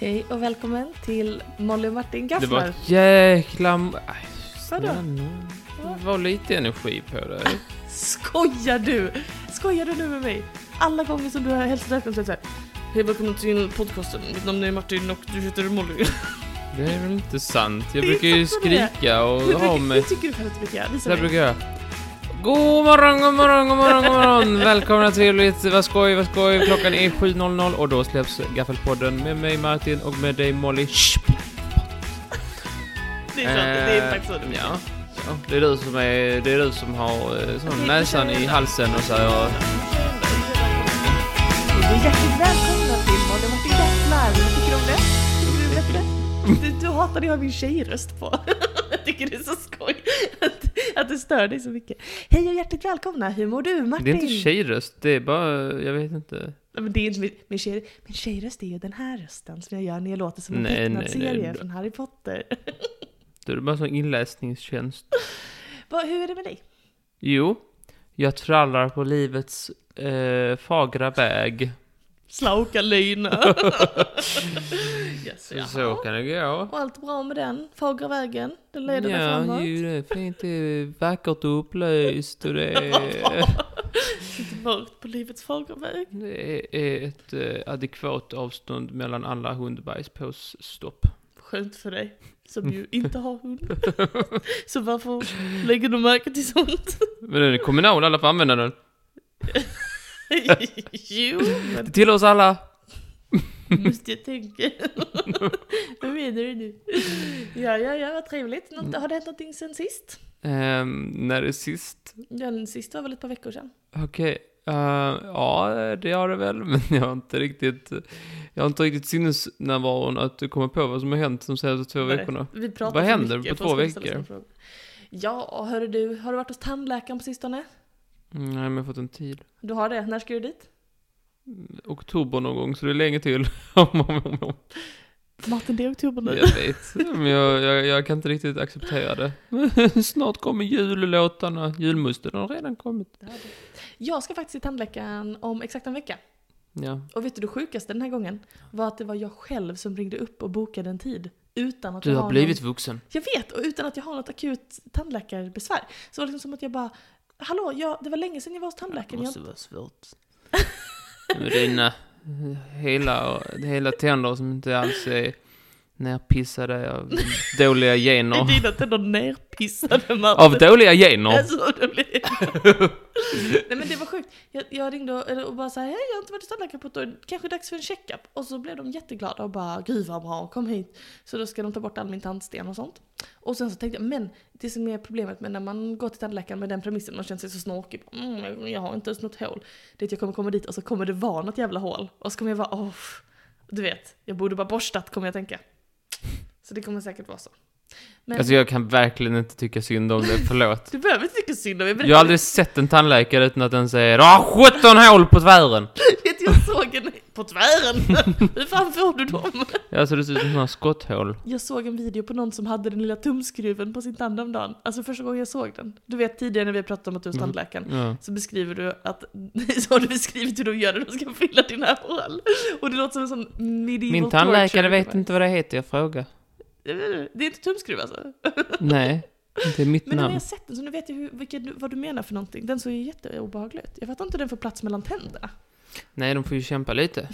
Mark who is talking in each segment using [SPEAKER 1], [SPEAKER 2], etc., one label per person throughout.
[SPEAKER 1] Hej och välkommen till Molly och Martin
[SPEAKER 2] Det
[SPEAKER 1] Gafflar.
[SPEAKER 2] var Mm. ett jäkla... m- Aj,
[SPEAKER 1] Vadå?
[SPEAKER 2] snälla. Det var lite energi på det.
[SPEAKER 1] Skojar du? Skojar du nu med mig? Alla gånger som du har hälsat välkommen så är det såhär Hej välkommen till podcasten, mitt namn är Martin och du heter Molly.
[SPEAKER 2] Det är väl inte sant? Jag
[SPEAKER 1] Det är
[SPEAKER 2] brukar ju
[SPEAKER 1] sant, det är det.
[SPEAKER 2] skrika och
[SPEAKER 1] Hur
[SPEAKER 2] ha
[SPEAKER 1] brukar- hur
[SPEAKER 2] mig...
[SPEAKER 1] tycker du själv att du brukar? Visa
[SPEAKER 2] Så här
[SPEAKER 1] mig.
[SPEAKER 2] brukar jag. God morgon, god morgon, god morgon, god morgon! Välkomna till ett Vad skoj, vad skoj! Klockan är 7.00 och då släpps Gaffelpodden med mig Martin och med dig Molly. Shh,
[SPEAKER 1] Det är sant, det är
[SPEAKER 2] Eh,
[SPEAKER 1] faktiskt så det brukar.
[SPEAKER 2] ja. ja. Det är du som är... Det är du som har eh, sån
[SPEAKER 1] Okej,
[SPEAKER 2] näsan i
[SPEAKER 1] försök.
[SPEAKER 2] halsen och så här. och-
[SPEAKER 1] Du är hjärtligt välkomna till Molly och Martin Gafflar. Vad tycker du om det? Tycker du det är bättre? Du, du hatar det jag har min tjejröst på. Jag tycker det är så skoj att, att det stör dig så mycket. Hej och hjärtligt välkomna, hur mår du Martin?
[SPEAKER 2] Det är inte tjejröst, det är bara... Jag vet inte.
[SPEAKER 1] Nej, Men det är inte min, min, tjej, min tjejröst är ju den här rösten som jag gör när jag låter som en
[SPEAKER 2] Nej, nej,
[SPEAKER 1] tecknad
[SPEAKER 2] nej,
[SPEAKER 1] serie
[SPEAKER 2] nej.
[SPEAKER 1] från Harry Potter.
[SPEAKER 2] Det är bara sån inläsningstjänst.
[SPEAKER 1] Vad, hur är det med dig?
[SPEAKER 2] Jo, jag trallar på livets eh, fagra väg.
[SPEAKER 1] Slauka löjna. yes,
[SPEAKER 2] Så,
[SPEAKER 1] jaha.
[SPEAKER 2] kan det gå.
[SPEAKER 1] Och allt bra med den? Fagra vägen? Den leder dig
[SPEAKER 2] Ja,
[SPEAKER 1] framåt?
[SPEAKER 2] ju, det är fint, det är vackert och upplyst och det är,
[SPEAKER 1] Lite mörkt på livets fagra väg.
[SPEAKER 2] det är ett eh, adekvat avstånd mellan alla hundbajspåsstopp.
[SPEAKER 1] Skönt för dig som
[SPEAKER 2] Mm.
[SPEAKER 1] ju inte har hund. Så varför lägger du märke till sånt?
[SPEAKER 2] Men den är kommunal, alla får använda den.
[SPEAKER 1] jo, men
[SPEAKER 2] Till oss alla!
[SPEAKER 1] måste jag tänka. Vad menar du nu? Ja, ja, ja, vad trevligt. Något,
[SPEAKER 2] Mm.
[SPEAKER 1] har det hänt någonting sen sist?
[SPEAKER 2] Ehm, när det är sist?
[SPEAKER 1] Ja, den sista var väl ett par veckor sedan.
[SPEAKER 2] Okej. eh, ja, det har det väl, men jag har inte riktigt... Jag har inte riktigt sinnesnärvaron att komma på vad som har hänt de senaste två
[SPEAKER 1] Nej,
[SPEAKER 2] veckorna.
[SPEAKER 1] Vi pratar
[SPEAKER 2] Vad
[SPEAKER 1] för
[SPEAKER 2] händer
[SPEAKER 1] mycket, för
[SPEAKER 2] på två
[SPEAKER 1] att ställa
[SPEAKER 2] veckor?
[SPEAKER 1] såna frågor. Ja, hörru du, har du varit hos tandläkaren på sistone?
[SPEAKER 2] Mm, Nej, men jag har fått en tid.
[SPEAKER 1] Du har det, när ska du dit?
[SPEAKER 2] Oktober någon gång, så det är länge till.
[SPEAKER 1] Martin, det är oktober nu.
[SPEAKER 2] jag vet, men jag, jag, jag kan inte riktigt acceptera det. Snart kommer jullåtarna, julmusten har redan kommit.
[SPEAKER 1] Det här- Jag ska faktiskt till tandläkaren om exakt en vecka.
[SPEAKER 2] Ja,
[SPEAKER 1] Och vet du det sjukaste den här gången? Var att det var jag själv som ringde upp och bokade en tid. Utan att
[SPEAKER 2] du
[SPEAKER 1] jag
[SPEAKER 2] har blivit vuxen.
[SPEAKER 1] Någon, jag vet! Och utan att jag har något akut tandläkarbesvär. Så det var liksom som att jag bara Hallå, ja, det var länge sedan jag var hos
[SPEAKER 2] Det
[SPEAKER 1] tandläkaren. Jag,
[SPEAKER 2] måste vara svårt. Med dina hela, hela tänder som inte alls är nerpissade av dåliga
[SPEAKER 1] är
[SPEAKER 2] gener.
[SPEAKER 1] dina tänder nerpissade Martin?
[SPEAKER 2] Av dåliga gener!
[SPEAKER 1] Alltså, det blir... Nej men det var sjukt. Jag, jag ringde och, eller- och bara såhär, hej jag har inte varit hos tandläkaren på ett år, kanske dags för en checkup. Och så blev de jätteglada och bara, gud vad bra, kom hit. Så då ska de ta bort all min tandsten och sånt. Och sen så tänkte jag, men det som är problemet med när man går till tandläkaren med den premissen, man känner sig så snorkig, bara, mm, jag har inte ens något hål. Det är att jag kommer komma dit och så kommer det vara något jävla hål. Och så kommer jag vara, åh, du vet, jag borde bara borstat kommer jag tänka. Så det kommer säkert vara så. Men
[SPEAKER 2] Alltså jag kan verkligen inte tycka synd om det, förlåt.
[SPEAKER 1] du behöver inte tycka synd om mig,
[SPEAKER 2] Jag har aldrig sett en tandläkare utan att den säger ah 17 hål på tvären!
[SPEAKER 1] Vet jag såg en på tvären. Hur fan får du dem?
[SPEAKER 2] Alltså det ser ut som sådana skotthål.
[SPEAKER 1] Jag såg en video på någon som hade den lilla tumskruven på sin tand om dagen. Alltså första gången jag såg den. Du vet tidigare när vi pratade om att du är hos
[SPEAKER 2] Mm.
[SPEAKER 1] tandläkaren.
[SPEAKER 2] Ja.
[SPEAKER 1] Så beskriver du att, så har du beskrivit hur de gör när de ska fylla dina hål. Och det låter som en sån medieval
[SPEAKER 2] Min tandläkare
[SPEAKER 1] torture.
[SPEAKER 2] vet inte vad det heter, jag frågar.
[SPEAKER 1] Det är inte tumskruv alltså.
[SPEAKER 2] Nej, det är mitt
[SPEAKER 1] Men nu har
[SPEAKER 2] namn.
[SPEAKER 1] jag sett den så nu vet jag hur, vilken, vad du menar för någonting. Den såg ju jätteobehaglig ut. Jag fattar inte hur den får plats mellan tänderna.
[SPEAKER 2] Nej, de får ju kämpa lite.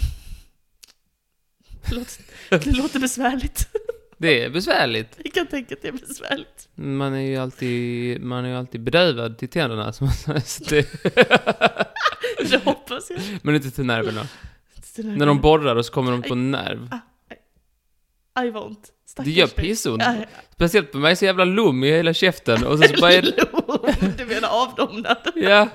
[SPEAKER 1] Det låter, det låter besvärligt.
[SPEAKER 2] Det är besvärligt.
[SPEAKER 1] Jag kan tänka att det är besvärligt.
[SPEAKER 2] Man är ju alltid, man är ju alltid bedövad till tänderna, som man säger. Så det-
[SPEAKER 1] Det hoppas jag.
[SPEAKER 2] men inte till nerverna. När de borrar och så kommer de på en nerv.
[SPEAKER 1] Aj vad ont. Stackars Äh.
[SPEAKER 2] Det gör
[SPEAKER 1] dig.
[SPEAKER 2] pissont.
[SPEAKER 1] Aj,
[SPEAKER 2] Speciellt på mig, så jävla lum i hela käften. Och sen så bara är det...
[SPEAKER 1] Lom, Du menar avdomnad.
[SPEAKER 2] Ja.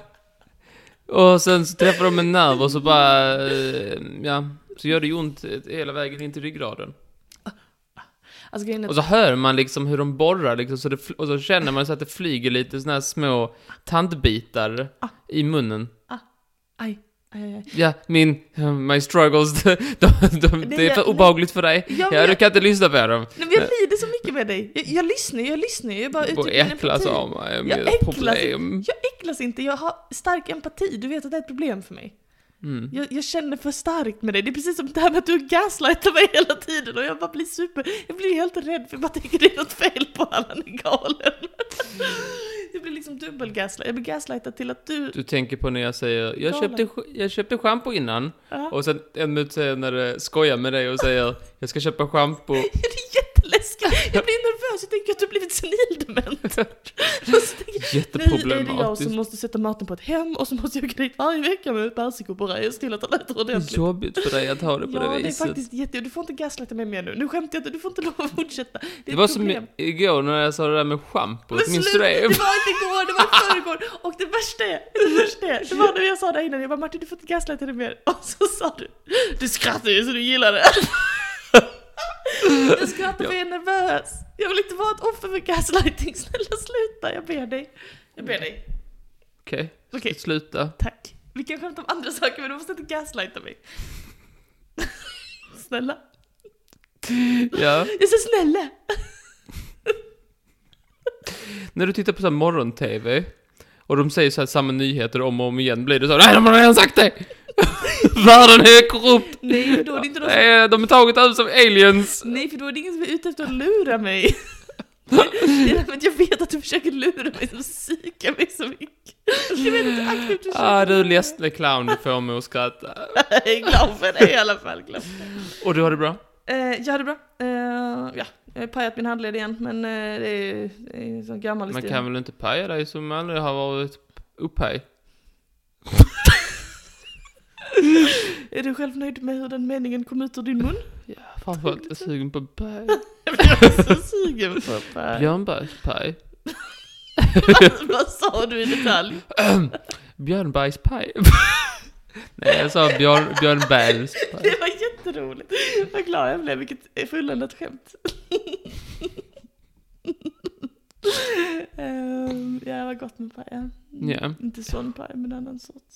[SPEAKER 2] Och sen så träffar de en nerv och så bara, eh, ja, så gör det ju ont hela vägen in till ryggraden.
[SPEAKER 1] Alltså grejen är
[SPEAKER 2] Och
[SPEAKER 1] att
[SPEAKER 2] så hör man liksom hur de borrar liksom, så det, fl- och så känner man så att det flyger lite såna här små tandbitar i munnen.
[SPEAKER 1] aj, aj, aj, aj.
[SPEAKER 2] Ja, min, eh, my struggles, de, de, de, det är
[SPEAKER 1] jag-
[SPEAKER 2] för obehagligt för dig.
[SPEAKER 1] Ja, men
[SPEAKER 2] Ja, du
[SPEAKER 1] jag,
[SPEAKER 2] kan inte lyssna på dem.
[SPEAKER 1] nej, men jag lider så mycket med dig. Jag, jag lyssnar, jag lyssnar. Jag är bara ute
[SPEAKER 2] Och äcklas av mig,
[SPEAKER 1] Jag
[SPEAKER 2] mitt
[SPEAKER 1] äcklas-
[SPEAKER 2] problem.
[SPEAKER 1] Jag äcklas inte, jag har stark empati. Du vet att det är ett problem för mig.
[SPEAKER 2] Mm.
[SPEAKER 1] Jag, jag känner för starkt med dig. Det är precis som det här med att du gaslightar mig hela tiden och jag bara blir super... Jag blir helt rädd för jag bara tänker det är något fel på honom, han är galen. Jag blir liksom dubbelgaslightad. Jag blir gaslightad till att du...
[SPEAKER 2] Du tänker på när jag säger jag
[SPEAKER 1] Galen.
[SPEAKER 2] köpte, sch- jag köpte schampo innan
[SPEAKER 1] Ja.
[SPEAKER 2] och sen en minut senare skojar med dig och säger jag ska köpa schampo.
[SPEAKER 1] Det är jätteläskigt. Jag blir nervös. Jag tänker att du har blivit senildement. Och så tänker jag, Nu är det jag som
[SPEAKER 2] Jätteproblematiskt.
[SPEAKER 1] måste sätta maten på ett hem och så måste jag åka dit varje vecka med persikoporaj och se till att han äter
[SPEAKER 2] Det
[SPEAKER 1] ordentligt.
[SPEAKER 2] är jobbigt för dig att ha det på
[SPEAKER 1] ja,
[SPEAKER 2] det
[SPEAKER 1] det är
[SPEAKER 2] viset.
[SPEAKER 1] faktiskt jätte... Du får inte gaslighta mig mer nu. Nu skämtar jag inte, du får inte lov att fortsätta. Det, är
[SPEAKER 2] Det
[SPEAKER 1] ett
[SPEAKER 2] var som
[SPEAKER 1] problem.
[SPEAKER 2] i- igår när jag sa det där med schampo.
[SPEAKER 1] Men
[SPEAKER 2] Minns du
[SPEAKER 1] sluta,
[SPEAKER 2] det?
[SPEAKER 1] Det var inte igår, det var i förrgår. Och det värsta är, det värsta är, det var när jag sa det innan, jag bara Martin du får inte gaslighta dig mer. Och så sa du, du skrattar ju så du gillar det. Jag skrattar för jag är nervös. Jag vill inte vara ett offer för gaslighting, snälla sluta, jag ber dig. Jag ber dig.
[SPEAKER 2] Okej,
[SPEAKER 1] Okej.
[SPEAKER 2] sluta.
[SPEAKER 1] Tack. Vi kan skämta om andra saker men du måste inte gaslighta mig. Snälla.
[SPEAKER 2] Ja.
[SPEAKER 1] Jag sa snälla.
[SPEAKER 2] När du tittar på så här morgon-tv och de säger så här samma nyheter om och om igen blir det så här, Nej, de har redan sagt det! Världen är korrupt!
[SPEAKER 1] Nej, för då är det inte någon som...
[SPEAKER 2] Nej, de är taget över som aliens!
[SPEAKER 1] Nej, för då är det ingen som är ute efter att lura mig. Det är därför att jag vet att du försöker lura mig som psykar mig så mycket. Jag vet inte aktivt försöker.
[SPEAKER 2] Ah, du ledsne clown, du får mig att skratta.
[SPEAKER 1] Jag är glad för det i alla fall. Glad.
[SPEAKER 2] Och du har det bra?
[SPEAKER 1] Eh, jag hade bra. Eh, ja, jag har pajat min handled igen, men eh, det är det är en sån gammal
[SPEAKER 2] Man
[SPEAKER 1] historia.
[SPEAKER 2] kan väl inte paja dig som aldrig har varit upphaj?
[SPEAKER 1] Är du själv nöjd med hur den meningen kom ut ur din mun?
[SPEAKER 2] Ja, framförallt jag är sugen på paj.
[SPEAKER 1] Jag är så sugen på paj.
[SPEAKER 2] Björnbergspaj.
[SPEAKER 1] Vad sa du i detalj?
[SPEAKER 2] Björnbergspaj. Nej, jag sa björn, björnbärspaj.
[SPEAKER 1] Det var jätteroligt. Vad glad jag blev, vilket fulländat skämt. Ehm, ja, vad gott med paj. ja.
[SPEAKER 2] Ja.
[SPEAKER 1] Inte sån paj, men annan sorts.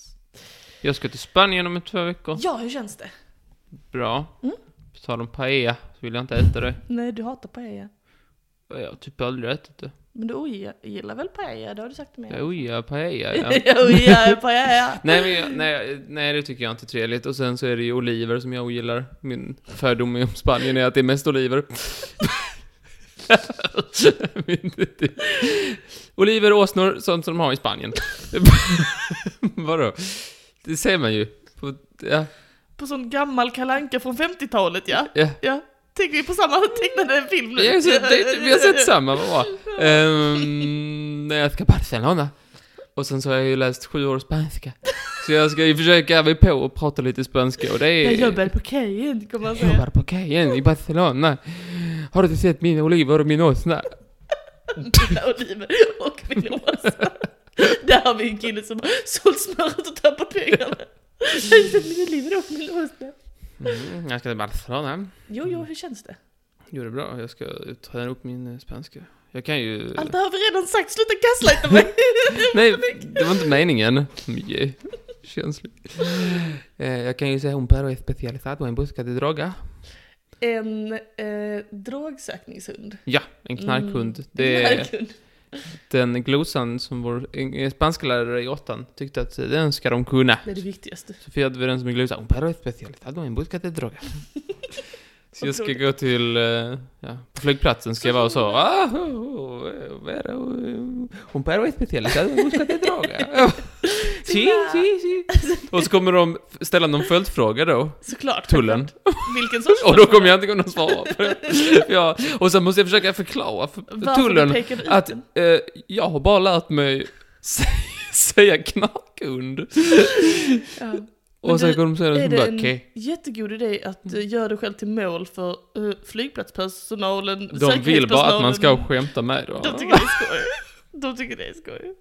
[SPEAKER 2] Jag ska till Spanien om två veckor.
[SPEAKER 1] Ja, hur känns det?
[SPEAKER 2] Bra.
[SPEAKER 1] Mm.
[SPEAKER 2] På tal om paella så vill jag inte äta det.
[SPEAKER 1] Nej, du hatar paella.
[SPEAKER 2] Jag har typ aldrig ätit det.
[SPEAKER 1] Men du ogillar väl paella? Det har du sagt till mig.
[SPEAKER 2] Jag ojar paella, ja.
[SPEAKER 1] Jag ogillar paella.
[SPEAKER 2] nej, men jag, nej, nej, det tycker jag inte är trevligt. Och sen så är det ju oliver som jag ogillar. Min fördom om Spanien är att det är mest oliver. Min- det- oliver, åsnor, sånt som de har i Spanien. Vadå? Det ser man ju. På, ja,
[SPEAKER 1] På sån gammal kalanka från 50-talet, ja.
[SPEAKER 2] ja.
[SPEAKER 1] Ja. Tänker vi på samma tecknade film nu?
[SPEAKER 2] Vi har, sett, det, vi har sett samma, vad bra. Ehm, när jag ska Barcelona. Och sen så har jag ju läst sju år spanska. Så jag ska ju försöka mig på och prata lite spanska och det är...
[SPEAKER 1] Jag jobbar på kajen, kommer man
[SPEAKER 2] Jag
[SPEAKER 1] säga.
[SPEAKER 2] jobbar på kajen i Barcelona. Har du sett mina oliver och min åsna?
[SPEAKER 1] mina oliver och min åsna. Där har vi en kille som har sålt smöret och tappat pengarna. Jag har sett mina oliver och min åsna.
[SPEAKER 2] Mm, jag ska till Barcelona.
[SPEAKER 1] Jo, jo, hur känns det?
[SPEAKER 2] Jo, det är bra. Jag ska träna upp min eh, spanska. Jag kan ju...
[SPEAKER 1] Allt det här har vi redan sagt, sluta gaslighta mig!
[SPEAKER 2] Nej, det var inte meningen. Mjö. Känsligt. Eh, Jag kan ju säga un perro especializado en busca de droga.
[SPEAKER 1] En eh, drogsökningshund.
[SPEAKER 2] Ja, en knarkhund.
[SPEAKER 1] Mm,
[SPEAKER 2] Det
[SPEAKER 1] en
[SPEAKER 2] är
[SPEAKER 1] knarkhund.
[SPEAKER 2] den glosan som vår eh, spansklärare i åttan tyckte att eh, den ska de kunna.
[SPEAKER 1] Det är det viktigaste.
[SPEAKER 2] Så firade vi den som en glosa. Un perro especializado en busca de droga. Så jag ska
[SPEAKER 1] Otroligt.
[SPEAKER 2] gå till, eh, ja, på flygplatsen ska jag vara så. Ah, oh, oh, pero, eh, un perro especializado en busca de droga. Sí, sí, sí. Och så kommer de ställa någon följdfråga då.
[SPEAKER 1] Såklart.
[SPEAKER 2] Tullen.
[SPEAKER 1] Vilken sorts
[SPEAKER 2] Och då kommer jag inte kunna svara på det. Ja, och sen måste jag försöka förklara för
[SPEAKER 1] Varför
[SPEAKER 2] tullen
[SPEAKER 1] vi pekade ut
[SPEAKER 2] att
[SPEAKER 1] den.
[SPEAKER 2] eh, jag har bara lärt mig sä- säga knarkhund.
[SPEAKER 1] Ja. Men
[SPEAKER 2] Och sen
[SPEAKER 1] du,
[SPEAKER 2] kommer de säga
[SPEAKER 1] Är
[SPEAKER 2] något
[SPEAKER 1] det
[SPEAKER 2] bara
[SPEAKER 1] en
[SPEAKER 2] okej.
[SPEAKER 1] jättegod idé att
[SPEAKER 2] Mm.
[SPEAKER 1] eh, göra dig själv till mål för eh, flygplatspersonalen,
[SPEAKER 2] De vill bara att
[SPEAKER 1] säkerhetspersonalen?
[SPEAKER 2] man ska skämta med då.
[SPEAKER 1] De tycker det är skoj. De tycker det är skoj.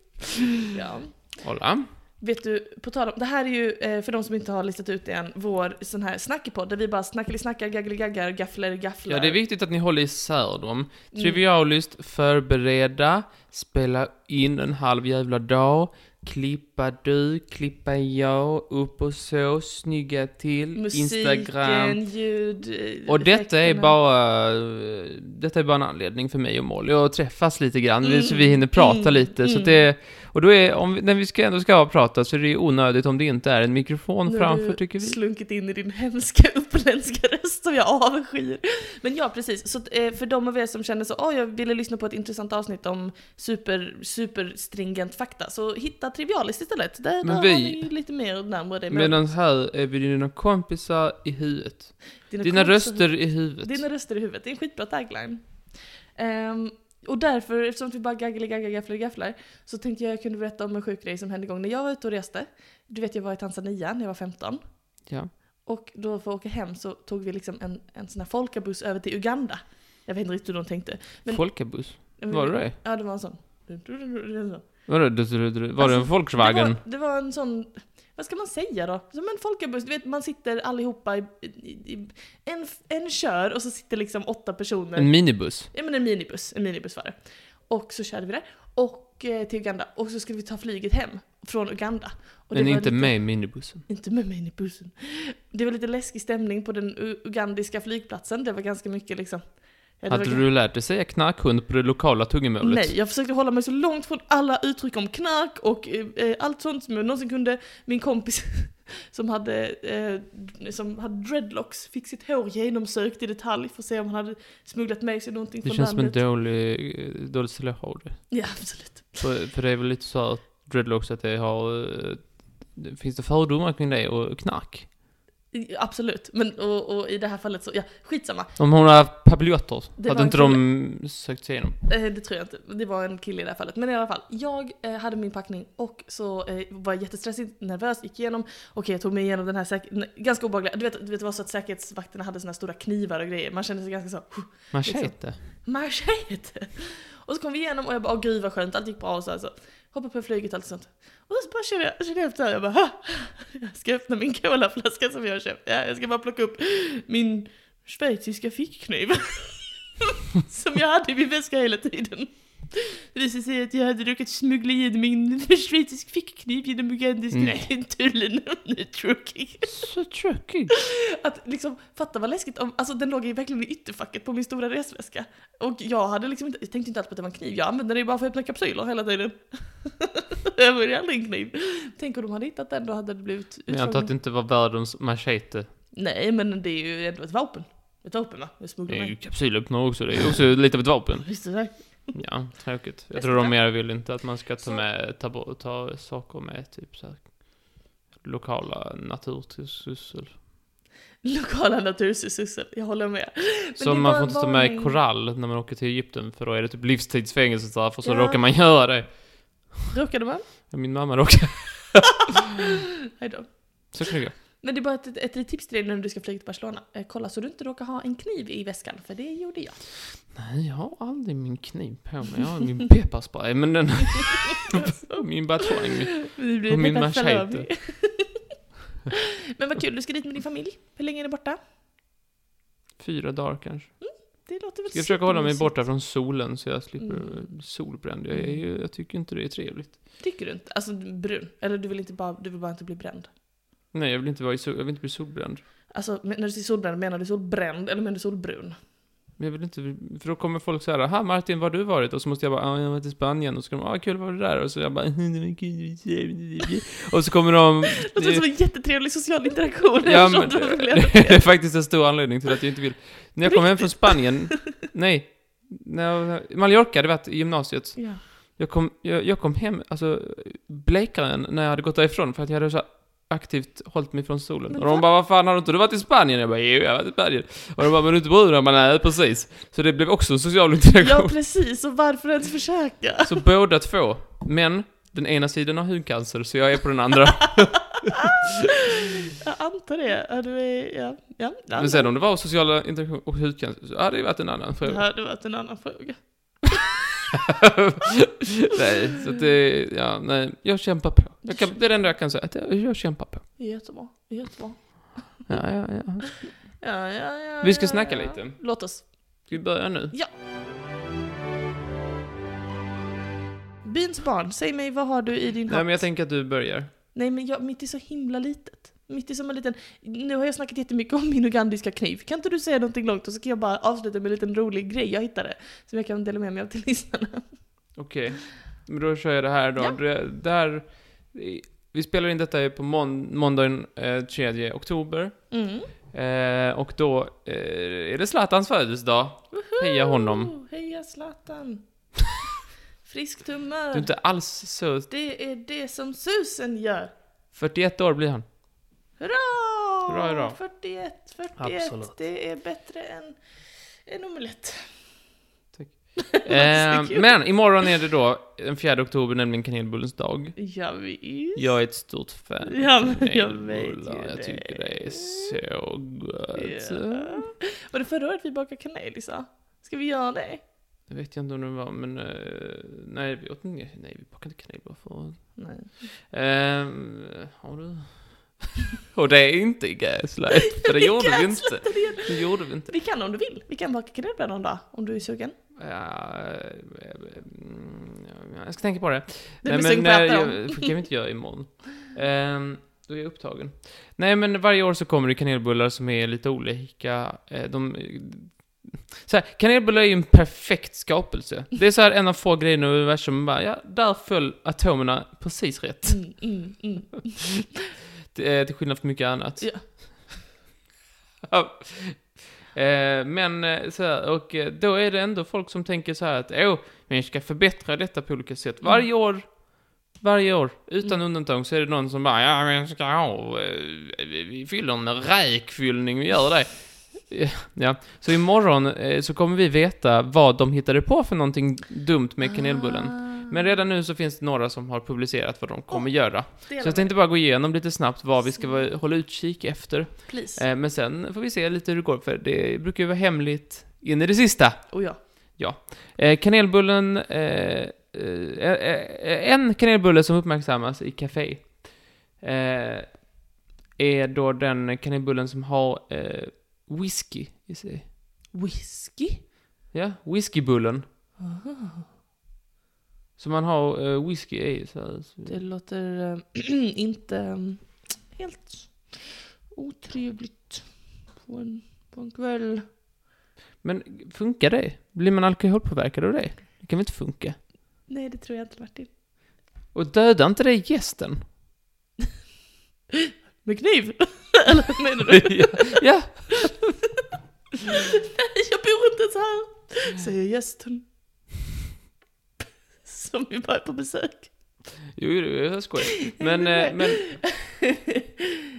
[SPEAKER 1] Ja.
[SPEAKER 2] Hola.
[SPEAKER 1] Vet du, på tal om, det här är ju eh, för de som inte har listat ut det än, vår sån här snackepodd där vi bara snackar, gaggeligaggar, gaffler, gafflar. Mm.
[SPEAKER 2] Ja, det är viktigt att ni håller isär dem. Trivialist, förbereda, spela in en halv jävla dag, klippa du, klippa jag, upp och så, snygga till, Instagram.
[SPEAKER 1] Musiken, ljud, eh,
[SPEAKER 2] Och detta är
[SPEAKER 1] effekterna.
[SPEAKER 2] bara, eh, detta är bara en anledning för mig och Molly att träffas lite grann, vi- så vi hinner prata
[SPEAKER 1] Mm.
[SPEAKER 2] lite. Så
[SPEAKER 1] Mm.
[SPEAKER 2] att det, och då är, om, vi- när vi ska, ändå ska ha pratat så är det ju onödigt om det inte är en mikrofon
[SPEAKER 1] Nu har
[SPEAKER 2] framför,
[SPEAKER 1] du
[SPEAKER 2] tycker vi.
[SPEAKER 1] slunkit in i din hemska uppländska röst som jag avskyr. Men ja, precis. Så att, eh, för de av er som känner så, åh jag ville lyssna på ett intressant avsnitt om super, super stringent fakta, så hitta Trivialist istället. Där,
[SPEAKER 2] Men
[SPEAKER 1] där
[SPEAKER 2] vi-
[SPEAKER 1] har ni ju lite mer närmare dig. Men
[SPEAKER 2] Medan här är vi dina kompisar i huvudet.
[SPEAKER 1] dina
[SPEAKER 2] Dina
[SPEAKER 1] kompisar-
[SPEAKER 2] röster i huvudet.
[SPEAKER 1] Dina röster i huvudet, det är en skitbra tagline. Ehm, och därför, eftersom vi bara gaggeligaggar, gafflar, gafflar, så tänkte jag jag kunde berätta om en sjuk grej som hände igång när jag var ute och reste. Du vet, jag var i Tanzania när jag var 15.
[SPEAKER 2] Ja.
[SPEAKER 1] Och då för att åka hem så tog vi liksom en, en sån här folkabuss över till Uganda. Jag vet inte riktigt hur de tänkte. Men-
[SPEAKER 2] Folkabuss?
[SPEAKER 1] Men-
[SPEAKER 2] Var det det?
[SPEAKER 1] Ja, det var en sån. Det
[SPEAKER 2] Var det, du- du- du- var det en
[SPEAKER 1] Alltså,
[SPEAKER 2] Volkswagen?
[SPEAKER 1] var, det var en sån, vad ska man säga då? Som en folkabuss, du vet man sitter allihopa i, i, i en, en kör och så sitter liksom åtta personer.
[SPEAKER 2] En minibuss?
[SPEAKER 1] Ja men en minibuss, en minibuss var det. Och så körde vi där. Och eh, till Uganda. Och så skulle vi ta flyget hem från Uganda. Och
[SPEAKER 2] Den är
[SPEAKER 1] var
[SPEAKER 2] inte
[SPEAKER 1] lite-
[SPEAKER 2] med i minibussen.
[SPEAKER 1] Inte med mig in i bussen. Det var lite läskig stämning på den u- ugandiska flygplatsen. Det var ganska mycket liksom... Ja, det
[SPEAKER 2] Hade
[SPEAKER 1] var
[SPEAKER 2] du lärt dig säga knarkhund på det lokala tungomålet?
[SPEAKER 1] Nej, jag försökte hålla mig så långt från alla uttryck om knark och eh, eh, allt sånt som jag någonsin kunde. Min kompis som hade, eh, som hade dreadlocks fick sitt hår genomsökt i detalj för att se om han hade smugglat med sig någonting
[SPEAKER 2] Det
[SPEAKER 1] från
[SPEAKER 2] känns som en
[SPEAKER 1] landet.
[SPEAKER 2] dålig, eh, dålig selection.
[SPEAKER 1] Ja, absolut.
[SPEAKER 2] För, för det är väl lite så här att dreadlocks att det har... eh, Finns det fördomar kring det och knark?
[SPEAKER 1] I- Absolut. Men och, och i det här fallet så, ja, skitsamma.
[SPEAKER 2] Om hon har haft papiljotter?
[SPEAKER 1] Det
[SPEAKER 2] Att
[SPEAKER 1] var en
[SPEAKER 2] inte de sökt sig igenom?
[SPEAKER 1] Eh, Det tror jag inte. Det var en kille i det här fallet. Men i alla fall, jag eh, hade min packning och så eh, var jag jättestressig, nervös, gick igenom. Okej, jag tog mig igenom den här säker- n- ganska obehagliga. Du vet, du vet, det var så att säkerhetsvakterna hade såna här stora knivar och grejer. Man kände sig ganska så, "Huh,
[SPEAKER 2] Machete?
[SPEAKER 1] machete! Och så kom vi igenom och jag bara, åh gud vad skönt, allt gick bra och så här, så. Hoppade på flyget och allt sånt. Och så bara kände jag, kände jag efter, jag bara, "Ha, jag ska öppna min colaflaska som jag har köpt. Ja, jag ska bara plocka upp min schweiziska fickkniv. som jag hade i min väska hela tiden. Det visade sig att jag hade råkat smuggla in min schweizisk fickkniv genom
[SPEAKER 2] Nej.
[SPEAKER 1] ugandiska tullen. Det är tråkigt.
[SPEAKER 2] Så tråkigt.
[SPEAKER 1] Att liksom, fatta vad läskigt om, alltså den låg ju verkligen i ytterfacket på min stora resväska. Och jag hade liksom inte, jag tänkte inte alltid på att det var en kniv, jag använde den ju bara för att öppna kapsyler hela tiden. det var ju aldrig en kniv. Tänk om de hade hittat den, då hade det blivit
[SPEAKER 2] Men jag antar att det
[SPEAKER 1] utslagning.
[SPEAKER 2] inte var världens machete.
[SPEAKER 1] Nej men det är ju ändå ett vapen. Ett vapen va? Jag
[SPEAKER 2] Det
[SPEAKER 1] smugglar
[SPEAKER 2] är ju
[SPEAKER 1] med.
[SPEAKER 2] kapsylöppnare också, det är ju också lite av ett vapen.
[SPEAKER 1] Visst är det?
[SPEAKER 2] Ja, tråkigt. Jag
[SPEAKER 1] Bästa
[SPEAKER 2] tror de
[SPEAKER 1] tack.
[SPEAKER 2] mer vill inte att man ska ta
[SPEAKER 1] Så-
[SPEAKER 2] med, ta, bort- ta saker med typ så här, lokala naturtillsyssel.
[SPEAKER 1] Lokala natursysselsättning, jag håller med. Men det
[SPEAKER 2] Som man
[SPEAKER 1] var
[SPEAKER 2] får
[SPEAKER 1] en
[SPEAKER 2] inte ta med
[SPEAKER 1] varning.
[SPEAKER 2] korall när man åker till Egypten för då är det typ livstidsfängelse därför så
[SPEAKER 1] Ja.
[SPEAKER 2] råkar man göra det.
[SPEAKER 1] Råkade man?
[SPEAKER 2] Ja, Min mamma råkar.
[SPEAKER 1] Hejdå.
[SPEAKER 2] Så kan det gå.
[SPEAKER 1] Men det är bara ett, ett, ett tips till dig när du ska flyga till Barcelona. Eh, kolla så du inte råkar ha en kniv i väskan, för det gjorde jag.
[SPEAKER 2] Nej, jag har aldrig min kniv på mig. Jag har min pepparspray, men den... min batong.
[SPEAKER 1] Det
[SPEAKER 2] Och
[SPEAKER 1] blir
[SPEAKER 2] min
[SPEAKER 1] min
[SPEAKER 2] machete.
[SPEAKER 1] machete. Men vad kul, du ska dit med din familj. Hur länge är ni borta?
[SPEAKER 2] Fyra dagar kanske.
[SPEAKER 1] Det låter väl
[SPEAKER 2] Ska jag försöka hålla mig
[SPEAKER 1] supermysigt.
[SPEAKER 2] borta från solen så jag slipper
[SPEAKER 1] Mm.
[SPEAKER 2] solbränd. Jag, är ju, jag tycker inte det är trevligt.
[SPEAKER 1] Tycker du inte? Alltså brun. Eller du vill, inte bara, du vill bara inte bli bränd.
[SPEAKER 2] Nej, jag vill inte, vara i sol, jag vill inte bli solbränd.
[SPEAKER 1] Alltså men när du säger solbränd, menar du solbränd eller menar du solbrun?
[SPEAKER 2] Men jag vill inte, för då kommer folk säga här, Martin, var har du varit? Och så måste jag bara, "Ah, jag har varit i Spanien. Och så ska de, ah, kul, var du där? Och så jag bara, "Det var kul." Och så kommer de...
[SPEAKER 1] Det låter som en jättetrevlig social interaktion.
[SPEAKER 2] Ja,
[SPEAKER 1] Jag
[SPEAKER 2] men-
[SPEAKER 1] förstår inte vad du menar.
[SPEAKER 2] det är faktiskt en stor anledning till att jag inte vill. När jag kom hem från Spanien, nej, när jag, Mallorca hade varit i gymnasiet.
[SPEAKER 1] Ja.
[SPEAKER 2] Jag kom, jag, jag kom hem, alltså, blekare än när jag hade gått därifrån för att jag hade så här aktivt hållit mig från solen.
[SPEAKER 1] Men
[SPEAKER 2] och de
[SPEAKER 1] va?
[SPEAKER 2] bara, vad fan har du inte du varit i Spanien? Jag bara, jo, jag har varit i Spanien. Och de bara, men är du inte brun? Jag bara, nej, precis. Så det blev också en social interaktion.
[SPEAKER 1] ja precis, och varför ens försöka?
[SPEAKER 2] Så båda två, men den ena sidan har hudcancer, så jag är på den andra.
[SPEAKER 1] Jag antar det. Ja, du är, ja, ja, ja.
[SPEAKER 2] Men sen om det var sociala interaktion och hudcancer, så hade det ju varit en annan
[SPEAKER 1] Det
[SPEAKER 2] fråga.
[SPEAKER 1] hade varit en annan fråga.
[SPEAKER 2] nej, så att det, ja, nej, jag kämpar på. Jag kan, det är det enda jag kan säga, att jag, jag kämpar på.
[SPEAKER 1] Jättebra, jättebra.
[SPEAKER 2] Ja, ja, ja.
[SPEAKER 1] Ja, ja, ja,
[SPEAKER 2] Vi ska
[SPEAKER 1] ja,
[SPEAKER 2] snacka
[SPEAKER 1] ja.
[SPEAKER 2] lite.
[SPEAKER 1] Låt oss.
[SPEAKER 2] Ska vi börja nu?
[SPEAKER 1] Ja. Byns barn, säg mig vad har du i din
[SPEAKER 2] Nej
[SPEAKER 1] hatt?
[SPEAKER 2] men jag tänker att du börjar.
[SPEAKER 1] Nej men jag, mitt är så himla litet. Mitt är som en liten, nu har jag snackat jättemycket om min ugandiska kniv. Kan inte du säga någonting långt och så kan jag bara avsluta med en liten rolig grej jag hittade. Som jag kan dela med mig av till lyssnarna.
[SPEAKER 2] Okej. Men då kör jag det här då.
[SPEAKER 1] Ja.
[SPEAKER 2] Det, det här, vi spelar in detta på mån, måndagen eh, 3 oktober.
[SPEAKER 1] Mm.
[SPEAKER 2] Eh, och då eh, är det Zlatans födelsedag. Heja honom.
[SPEAKER 1] Oh, heja Zlatan! Frisk
[SPEAKER 2] Du
[SPEAKER 1] tumör.
[SPEAKER 2] är inte alls söt.
[SPEAKER 1] Det är det som susen gör.
[SPEAKER 2] 41 år blir han.
[SPEAKER 1] Hurra!
[SPEAKER 2] Hurra, hurra.
[SPEAKER 1] 41, 41.
[SPEAKER 2] Absolut.
[SPEAKER 1] Det är bättre än en omelett.
[SPEAKER 2] Eh,
[SPEAKER 1] kul.
[SPEAKER 2] men imorgon är det då den 4 oktober, nämligen kanelbullens dag.
[SPEAKER 1] Jag vet.
[SPEAKER 2] Jag är ett stort fan av
[SPEAKER 1] Ja, men jag
[SPEAKER 2] kanelbullar.
[SPEAKER 1] vet ju
[SPEAKER 2] Jag tycker
[SPEAKER 1] det.
[SPEAKER 2] det är så gott.
[SPEAKER 1] Ja. Var det förra året vi bakade kanel, Lisa? Ska vi göra det?
[SPEAKER 2] Det vet jag inte om det var, men... eh, nej, vi åt inte, nej, vi bakade inte kanelbullar förut.
[SPEAKER 1] Nej.
[SPEAKER 2] Ehm, har du? Och det är inte gaslight, för det gjorde vi inte.
[SPEAKER 1] gaslightar igen.
[SPEAKER 2] Det gjorde vi inte.
[SPEAKER 1] Vi kan om du vill. Vi kan baka kanelbullar någon dag om du är sugen.
[SPEAKER 2] Ja, eh, mm, jag ska tänka på det.
[SPEAKER 1] Du
[SPEAKER 2] Nej,
[SPEAKER 1] blir sugen på att
[SPEAKER 2] eh,
[SPEAKER 1] äta
[SPEAKER 2] jag, det kan vi inte göra imorgon. Ehm, då är jag upptagen. Nej, men varje år så kommer det kanelbullar som är lite olika. Eh, de, så här, kanelbullar är ju en perfekt skapelse. Det är så här en av få grejerna i universum, bara, ja, där föll atomerna precis rätt.
[SPEAKER 1] Mm, mm, mm.
[SPEAKER 2] Eh, till skillnad från mycket annat.
[SPEAKER 1] Ja.
[SPEAKER 2] Ja. Eh, men eh, så här, och eh, då är det ändå folk som tänker så här att åh, vi ska förbättra detta på olika sätt.
[SPEAKER 1] Mm.
[SPEAKER 2] Varje år, varje år, utan
[SPEAKER 1] Mm.
[SPEAKER 2] undantag, så är det någon som bara ja, men ska ha, eh, vi vi fyller den med räkfyllning, vi gör det. Eh, Ja, så imorgon eh, så kommer vi veta vad de hittade på för någonting dumt med kanelbullen.
[SPEAKER 1] Ah.
[SPEAKER 2] Men redan nu så finns det några som har publicerat vad de kommer
[SPEAKER 1] Åh,
[SPEAKER 2] göra.
[SPEAKER 1] Dela
[SPEAKER 2] Så jag
[SPEAKER 1] med
[SPEAKER 2] tänkte bara gå igenom lite snabbt vad vi ska vara- hålla utkik efter.
[SPEAKER 1] dig, Please.
[SPEAKER 2] Eh, Men sen får vi se lite hur det går, för det brukar ju vara hemligt in i det sista.
[SPEAKER 1] Och Oh ja.
[SPEAKER 2] Eh, Kanelbullen... eh, eh, eh, En kanelbulle som uppmärksammas i café eh, är då den kanelbullen som har eh, whisky i sig.
[SPEAKER 1] Whisky?
[SPEAKER 2] Ja, whiskybullen.
[SPEAKER 1] Ah.
[SPEAKER 2] Så man har eh, whisky i. Så här.
[SPEAKER 1] Det låter eh, inte mm, helt otrevligt på en, på en kväll.
[SPEAKER 2] Men funkar det? Blir man alkoholpåverkad av det? Det kan väl inte funka?
[SPEAKER 1] Nej, det tror jag inte Martin.
[SPEAKER 2] Och dödar inte det gästen?
[SPEAKER 1] Med kniv? Eller vad menar du?
[SPEAKER 2] ja, Mm.
[SPEAKER 1] Nej, jag bor inte så här. Säger gästen. Som vi bara är på besök.
[SPEAKER 2] jo, jo, jo, jag skojar. Men, eh, men,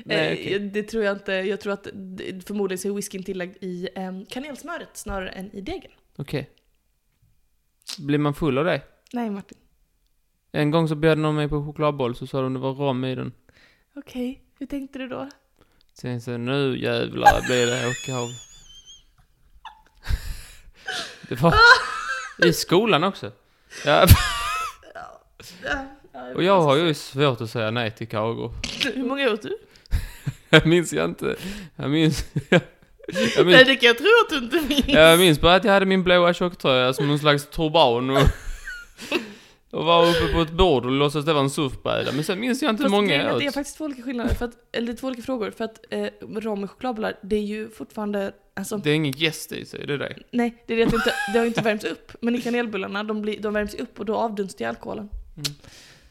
[SPEAKER 2] Nej, okej.
[SPEAKER 1] Eh, Det tror jag inte. Jag tror att det- förmodligen så är whiskyn tillagd i eh, kanelsmöret snarare än i degen.
[SPEAKER 2] okej. Blir man full av det?
[SPEAKER 1] Nej Martin.
[SPEAKER 2] En gång så bjöd någon mig på chokladboll så sa de det var rom i den.
[SPEAKER 1] Okej, hur tänkte du då?
[SPEAKER 2] Sen så nu jävlar blir det åka av. Det var i skolan också. Ja,
[SPEAKER 1] Ja, ja,
[SPEAKER 2] och jag har ju svårt att säga nej till kakor.
[SPEAKER 1] Hur många åt du?
[SPEAKER 2] Jag minns jag inte. Jag minns... Jag minns
[SPEAKER 1] Nej det kan jag tro att du inte minns.
[SPEAKER 2] Jag minns bara att jag hade min blåa tjocktröja som någon slags turban och, och var uppe på ett bord och låtsades det var en surfbräda. Men sen minns jag inte hur
[SPEAKER 1] Fast
[SPEAKER 2] många
[SPEAKER 1] grejen är att
[SPEAKER 2] jag
[SPEAKER 1] Det är
[SPEAKER 2] åt.
[SPEAKER 1] faktiskt två olika skillnader, för att, eller det är två olika frågor. För att eh, rom och chokladbollar, det är ju fortfarande, alltså,
[SPEAKER 2] Det är ingen gäst i sig, det är det.
[SPEAKER 1] nej, det är det att det inte, det har ju inte värmts upp. Men i kanelbullarna, de, blir, de värms ju upp och då avdunstar ju alkoholen.
[SPEAKER 2] Mm.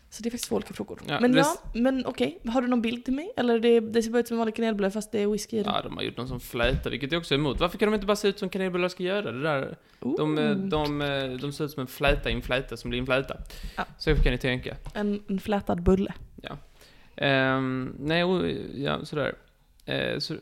[SPEAKER 1] Så det är faktiskt två olika frågor.
[SPEAKER 2] Ja,
[SPEAKER 1] men
[SPEAKER 2] det-
[SPEAKER 1] ja, men okej. Har du någon bild till mig? Eller det, det ser bara ut som en vanlig kanelbulle fast det är whisky i den.
[SPEAKER 2] Ja, de har gjort någon som flätar, vilket jag också är emot. Varför kan de inte bara se ut som kanelbullar ska göra? Det där,
[SPEAKER 1] Ooh,
[SPEAKER 2] de, eh, de, eh, de ser ut som en fläta i en fläta som blir en fläta.
[SPEAKER 1] Ja.
[SPEAKER 2] Så kan ni tänka.
[SPEAKER 1] en, en flätad bulle.
[SPEAKER 2] Ehm, nej, och, ja, sådär. Eh, så, eh,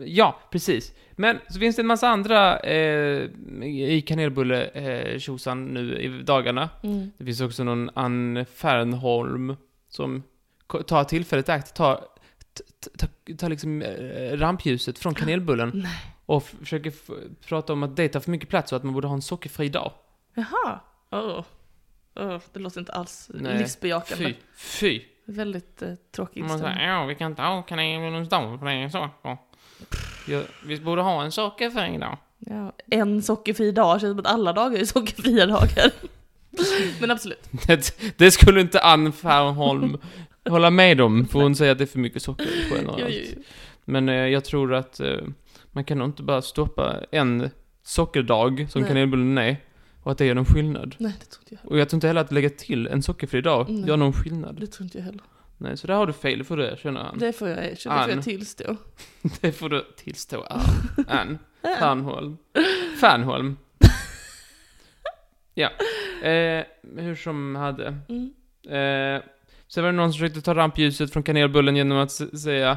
[SPEAKER 2] ja, precis. Men så finns det en massa andra eh, i kanelbulle eh, tjosan nu i dagarna.
[SPEAKER 1] Mm.
[SPEAKER 2] Det finns också någon Ann Fernholm som ko- tar tillfället i akt, tar t- t- ta- tar liksom eh, rampljuset från kanelbullen
[SPEAKER 1] Nej.
[SPEAKER 2] och f- försöker f- prata om att det tar för mycket plats och att man borde ha en sockerfri dag.
[SPEAKER 1] Jaha. Oh. Oh, det låter inte alls
[SPEAKER 2] Nej.
[SPEAKER 1] livsbejakande.
[SPEAKER 2] Fy, fy.
[SPEAKER 1] Väldigt eh, tråkig
[SPEAKER 2] Man
[SPEAKER 1] inställning.
[SPEAKER 2] säger, ja vi kan inte ha kanelbullens dag för det är socker. Ja, vi borde ha en sockerfri dag.
[SPEAKER 1] Ja, en sockerfri dag känns som att alla dagar är sockerfria dagar. Men absolut.
[SPEAKER 2] Det skulle inte Ann Fernholm hålla med om, för hon säger att det är för mycket socker på en och
[SPEAKER 1] Jo,
[SPEAKER 2] allt.
[SPEAKER 1] jo, jo.
[SPEAKER 2] Men eh, jag tror att eh, man kan nog inte bara stoppa en sockerdag som
[SPEAKER 1] Nej.
[SPEAKER 2] kanelbullen är, och att det gör någon skillnad.
[SPEAKER 1] Nej, det tror inte jag heller.
[SPEAKER 2] Och jag tror inte heller att lägga till en sockerfri dag
[SPEAKER 1] Nej.
[SPEAKER 2] gör någon skillnad.
[SPEAKER 1] Det tror inte jag heller.
[SPEAKER 2] Nej, så där har du fel för det, känner han.
[SPEAKER 1] Det får jag erkänna, det får
[SPEAKER 2] Ann.
[SPEAKER 1] jag tillstå.
[SPEAKER 2] Det får du tillstå, Ann. Ann. Fernholm. Fernholm. Ja. Eh, hur som hade.
[SPEAKER 1] Mm.
[SPEAKER 2] Eh, sen var det någon som försökte ta rampljuset från kanelbullen genom att s- säga...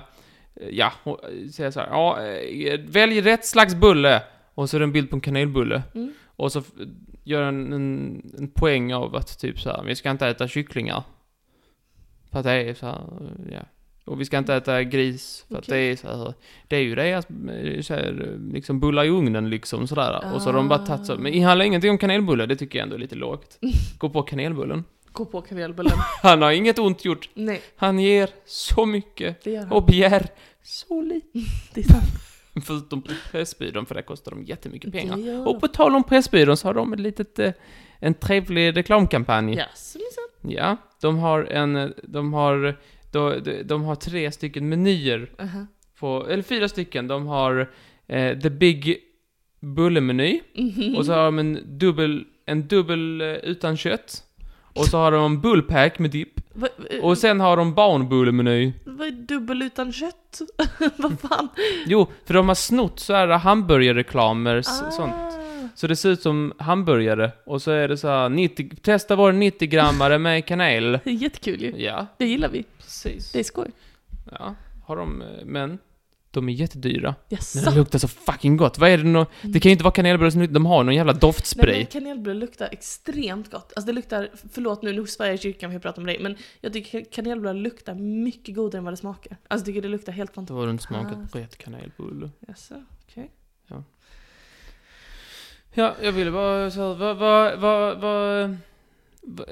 [SPEAKER 2] eh, Ja, och, eh, säga så här. Ja, eh, välj rätt slags bulle. Och så är det en bild på en kanelbulle.
[SPEAKER 1] Mm.
[SPEAKER 2] Och så f- gör en, en, en poäng av att typ så här, vi ska inte äta kycklingar. För att det är så här, ja. Och vi ska inte äta gris, för att det
[SPEAKER 1] Okej.
[SPEAKER 2] är så här, det är ju deras, eh, så här, liksom bullar i ugnen liksom sådär. Och så har de bara tagit
[SPEAKER 1] Ah.
[SPEAKER 2] så, men det handlar ingenting om kanelbulle, det tycker jag ändå är lite lågt. Gå på kanelbullen.
[SPEAKER 1] Gå på kanelbullen.
[SPEAKER 2] Han har inget ont gjort,
[SPEAKER 1] Nej,
[SPEAKER 2] han ger så mycket
[SPEAKER 1] det gör han.
[SPEAKER 2] och begär så lite.
[SPEAKER 1] det är sant.
[SPEAKER 2] Förutom på Pressbyrån, för där kostar de jättemycket pengar.
[SPEAKER 1] Det gör
[SPEAKER 2] Och på tal om Pressbyrån så har de ett litet, eh, en trevlig reklamkampanj.
[SPEAKER 1] han.
[SPEAKER 2] Ja.
[SPEAKER 1] Jaså, minsann.
[SPEAKER 2] de har en, eh, de har, de, de, de har tre stycken menyer
[SPEAKER 1] Aha.
[SPEAKER 2] på, eller fyra stycken. De har eh, The Big Bulle-meny
[SPEAKER 1] Mhm.
[SPEAKER 2] och så har de en dubbel, en dubbel eh, utan kött. Och så har de bullpack med dipp.
[SPEAKER 1] Va-
[SPEAKER 2] Och sen har de barnbullemeny.
[SPEAKER 1] eh, Vad är dubbel utan kött? Vad fan?
[SPEAKER 2] Jo, för de har snott så här hamburgerreklamer, s- sånt.
[SPEAKER 1] Ah.
[SPEAKER 2] Så det ser ut som hamburgare, och så är det så här 90, testa vår 90-grammare med kanel.
[SPEAKER 1] Det är jättekul ju.
[SPEAKER 2] Ja,
[SPEAKER 1] Det gillar vi.
[SPEAKER 2] precis.
[SPEAKER 1] Det är skoj.
[SPEAKER 2] Ja, har de, eh, men de är jättedyra. Men
[SPEAKER 1] Jaså?
[SPEAKER 2] det luktar så fucking gott. Vad är det nå? Det kan ju inte vara kanelbullar som luktar- de har någon jävla
[SPEAKER 1] Nej, men
[SPEAKER 2] doftspray.
[SPEAKER 1] kanelbulle luktar extremt gott. Alltså det luktar, förlåt nu, nu svär jag i kyrkan för jag pratar om dig, men jag tycker kanelbullar luktar mycket godare än vad det smakar. Alltså jag tycker det luktar helt
[SPEAKER 2] Då
[SPEAKER 1] fantastiskt.
[SPEAKER 2] har du inte smakat
[SPEAKER 1] Ah.
[SPEAKER 2] på rätt kanelbulle.
[SPEAKER 1] Jaså, okej.
[SPEAKER 2] Ja, jag ville bara så här, vad, vad, vad, vad, vad,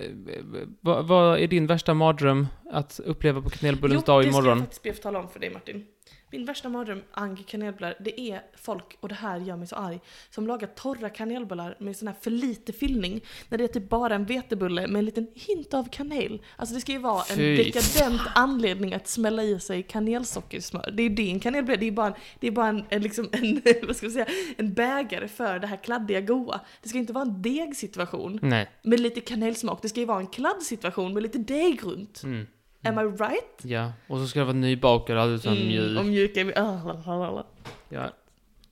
[SPEAKER 2] vad, vad är din värsta mardröm att uppleva på kanelbullens
[SPEAKER 1] det
[SPEAKER 2] dag
[SPEAKER 1] ska jag
[SPEAKER 2] imorgon?
[SPEAKER 1] faktiskt be att få tala om för dig Martin. Min värsta mardröm angående kanelbullar, det är folk, och det här gör mig så arg, som lagar torra kanelbullar med sån här för lite fyllning. När det är typ bara en vetebulle med en liten hint av kanel. Alltså det ska ju vara en
[SPEAKER 2] Fy
[SPEAKER 1] dekadent anledning att smälla i sig kanelsockersmör. Det är ju det en kanelbulle är. det är ju bara en, det är bara en, en, liksom en, vad ska man säga, en bägare för det här kladdiga goa. Det ska ju inte vara en degsituation
[SPEAKER 2] Nej.
[SPEAKER 1] med lite kanelsmak, det ska ju vara en kladdsituation med lite deg runt.
[SPEAKER 2] Mm.
[SPEAKER 1] Am I right?
[SPEAKER 2] Ja, och så ska det vara nybakad och alldeles mm, mjuk.
[SPEAKER 1] Och mjuka mj- ah, la, la, la, la.
[SPEAKER 2] Ja.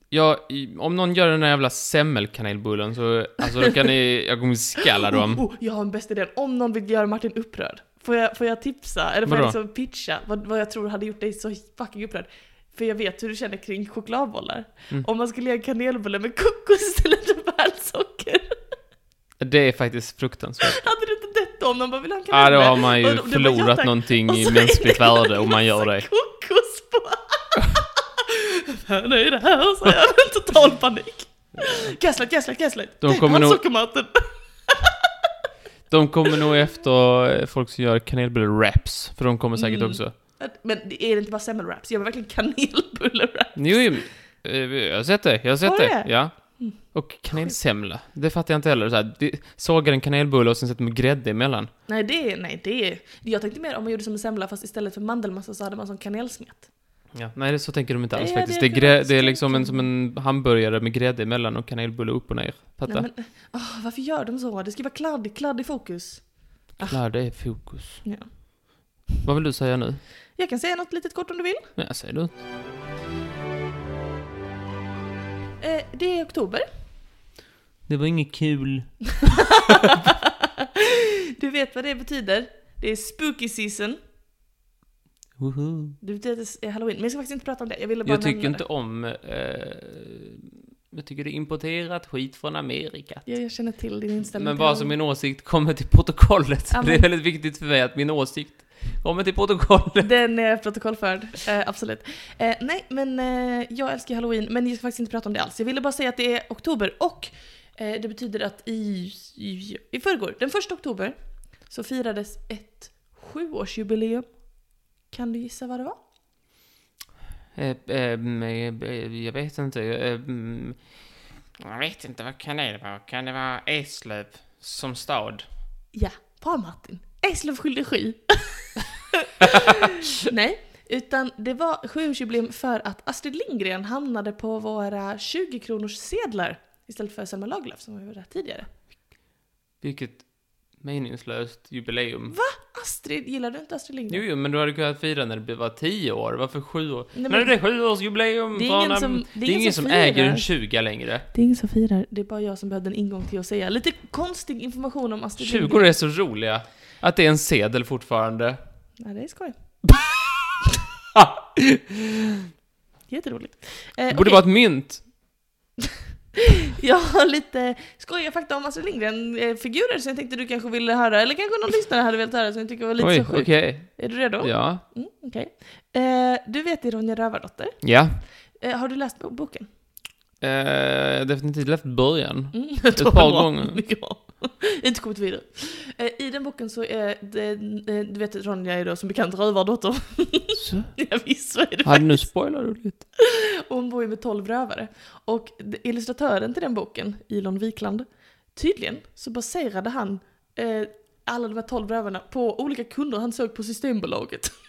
[SPEAKER 2] Ja, i- om någon gör den där jävla semmelkanelbullen så, alltså då kan ni, jag kommer skalla
[SPEAKER 1] Oh,
[SPEAKER 2] dem.
[SPEAKER 1] oh, jag har en bästa idé. Om någon vill göra Martin upprörd, får jag, får jag tipsa? Eller får jag
[SPEAKER 2] Vadå?
[SPEAKER 1] liksom pitcha vad, vad jag tror hade gjort dig så fucking upprörd? För jag vet hur du känner kring chokladbollar.
[SPEAKER 2] Mm.
[SPEAKER 1] Om man skulle göra kanelbulle med kokos istället för bärsocker.
[SPEAKER 2] Det är faktiskt fruktansvärt.
[SPEAKER 1] Hade du inte dött då om någon bara vill ha en
[SPEAKER 2] Ja, ah,
[SPEAKER 1] kanelbulle?
[SPEAKER 2] då har man ju
[SPEAKER 1] Och då- det var jag
[SPEAKER 2] förlorat
[SPEAKER 1] tack.
[SPEAKER 2] någonting
[SPEAKER 1] Och så
[SPEAKER 2] i
[SPEAKER 1] är
[SPEAKER 2] mänskligt
[SPEAKER 1] det en
[SPEAKER 2] värde om man gör
[SPEAKER 1] massa
[SPEAKER 2] det.
[SPEAKER 1] kokos på. Fan är det här? Så jag har total panik. Gaslight, gaslight, gaslight.
[SPEAKER 2] De
[SPEAKER 1] Det är
[SPEAKER 2] kommer nog-
[SPEAKER 1] pannsockermaten.
[SPEAKER 2] De kommer nog efter eh, folk som gör kanelbulle-wraps, för de kommer säkert
[SPEAKER 1] Mm.
[SPEAKER 2] också.
[SPEAKER 1] Att- Men det- är det inte bara semmelwraps? Jag vill verkligen kanelbullewraps.
[SPEAKER 2] Jo, jo, eh, jag har sett det, jag har sett
[SPEAKER 1] Har du
[SPEAKER 2] det.
[SPEAKER 1] det? Mm.
[SPEAKER 2] Ja. Och kanelsemla, det fattar jag inte heller. Så här, de- sågar en kanelbulle och sen sätter man grädde emellan.
[SPEAKER 1] Nej det är, nej det är... Jag tänkte mer om man gjorde som en semla fast istället för mandelmassa så hade man som kanelsmet.
[SPEAKER 2] Ja, nej, det- så tänker de inte alls
[SPEAKER 1] Ja,
[SPEAKER 2] faktiskt. Det
[SPEAKER 1] det kan
[SPEAKER 2] är, grä,
[SPEAKER 1] jag
[SPEAKER 2] det är liksom en,
[SPEAKER 1] tänka
[SPEAKER 2] som en hamburgare med grädde emellan och kanelbulle upp och ner. Fatta?
[SPEAKER 1] Nej, men, åh, varför gör de så? Det ska vara kladd, kladd i fokus. ah.
[SPEAKER 2] Klar, det är fokus.
[SPEAKER 1] Ja.
[SPEAKER 2] Vad vill du säga nu?
[SPEAKER 1] Jag kan säga något litet kort om du vill.
[SPEAKER 2] Nej, jag säger du.
[SPEAKER 1] Eh, det är oktober.
[SPEAKER 2] Det var inget kul.
[SPEAKER 1] du vet vad det betyder. Det är spooky season.
[SPEAKER 2] Woho.
[SPEAKER 1] Det betyder att det är halloween. Men jag ska faktiskt inte prata om det. Jag ville bara
[SPEAKER 2] Jag tycker
[SPEAKER 1] nämna
[SPEAKER 2] inte om... Eh, jag tycker det är importerat skit från Amerika.
[SPEAKER 1] det. Jag, jag känner till din inställning.
[SPEAKER 2] Men
[SPEAKER 1] till
[SPEAKER 2] bara så
[SPEAKER 1] halloween.
[SPEAKER 2] min åsikt kommer till protokollet.
[SPEAKER 1] Ja,
[SPEAKER 2] Det är
[SPEAKER 1] men-
[SPEAKER 2] väldigt viktigt för mig att min åsikt kommer till protokollet.
[SPEAKER 1] Den är protokollförd, eh, absolut. Eh, nej, men eh, jag älskar halloween, men jag ska faktiskt inte prata om det alls. Jag ville bara säga att det är oktober och eh, det betyder att i, i, i förrgår, den första oktober, så firades ett sjuårsjubileum. Kan du gissa vad det var?
[SPEAKER 2] ehm, Eh, eh, eh, eh, jag vet inte. Eh, mm, Jag vet inte, vad kan det vara? Kan det vara Eslöv som stad?
[SPEAKER 1] Ja, bra Martin. Eslöv fyllde sju. Nej, utan det var sjuårsjubileum för att Astrid Lindgren hamnade på våra 20-kronors sedlar istället för Selma Lagerlöf som vi var där tidigare.
[SPEAKER 2] Vilket meningslöst jubileum.
[SPEAKER 1] Astrid, gillar du inte Astrid
[SPEAKER 2] Jo,
[SPEAKER 1] Lindgren?
[SPEAKER 2] jo, men du hade kunnat fira när det var tio år. Varför sju år?
[SPEAKER 1] Nej, men-
[SPEAKER 2] när det är sjuårsjubileum!
[SPEAKER 1] Det är ingen
[SPEAKER 2] barnen.
[SPEAKER 1] som-
[SPEAKER 2] det är ingen som,
[SPEAKER 1] firar. Alltså,
[SPEAKER 2] äger en tjuga längre.
[SPEAKER 1] Det är ingen som firar, det är bara jag som behövde en ingång till att säga lite konstig information om Astrid
[SPEAKER 2] Tjugor är så roliga. Att det är en sedel fortfarande.
[SPEAKER 1] Nej, det är skoj. Jätteroligt. Eh,
[SPEAKER 2] Det borde
[SPEAKER 1] okej.
[SPEAKER 2] vara ett mynt.
[SPEAKER 1] Jag har lite skojiga fakta om Astrid Lindgren-figurer som jag tänkte du kanske ville höra, eller kanske någon lyssnare hade velat höra som jag tycker var lite
[SPEAKER 2] Oj,
[SPEAKER 1] så sjukt.
[SPEAKER 2] okej.
[SPEAKER 1] Är du redo?
[SPEAKER 2] Ja.
[SPEAKER 1] Mm, okej. eh, du vet i Ronja Rövardotter,
[SPEAKER 2] Ja.
[SPEAKER 1] eh, har du läst bo- boken?
[SPEAKER 2] Eh, definitivt lätt början.
[SPEAKER 1] Mm,
[SPEAKER 2] Ett par gånger.
[SPEAKER 1] Ja. Inte kommit vidare. Eh, I den boken så är det, eh, du vet Ronja är då som bekant rövardotter.
[SPEAKER 2] Så.
[SPEAKER 1] ja, visst så är det.
[SPEAKER 2] Hade nu spoilar du lite.
[SPEAKER 1] Och hon bor ju med tolv rövare. Och d- illustratören till den boken, Ilon Wikland, tydligen så baserade han eh, alla de här tolv rövarna på olika kunder han såg på Systembolaget.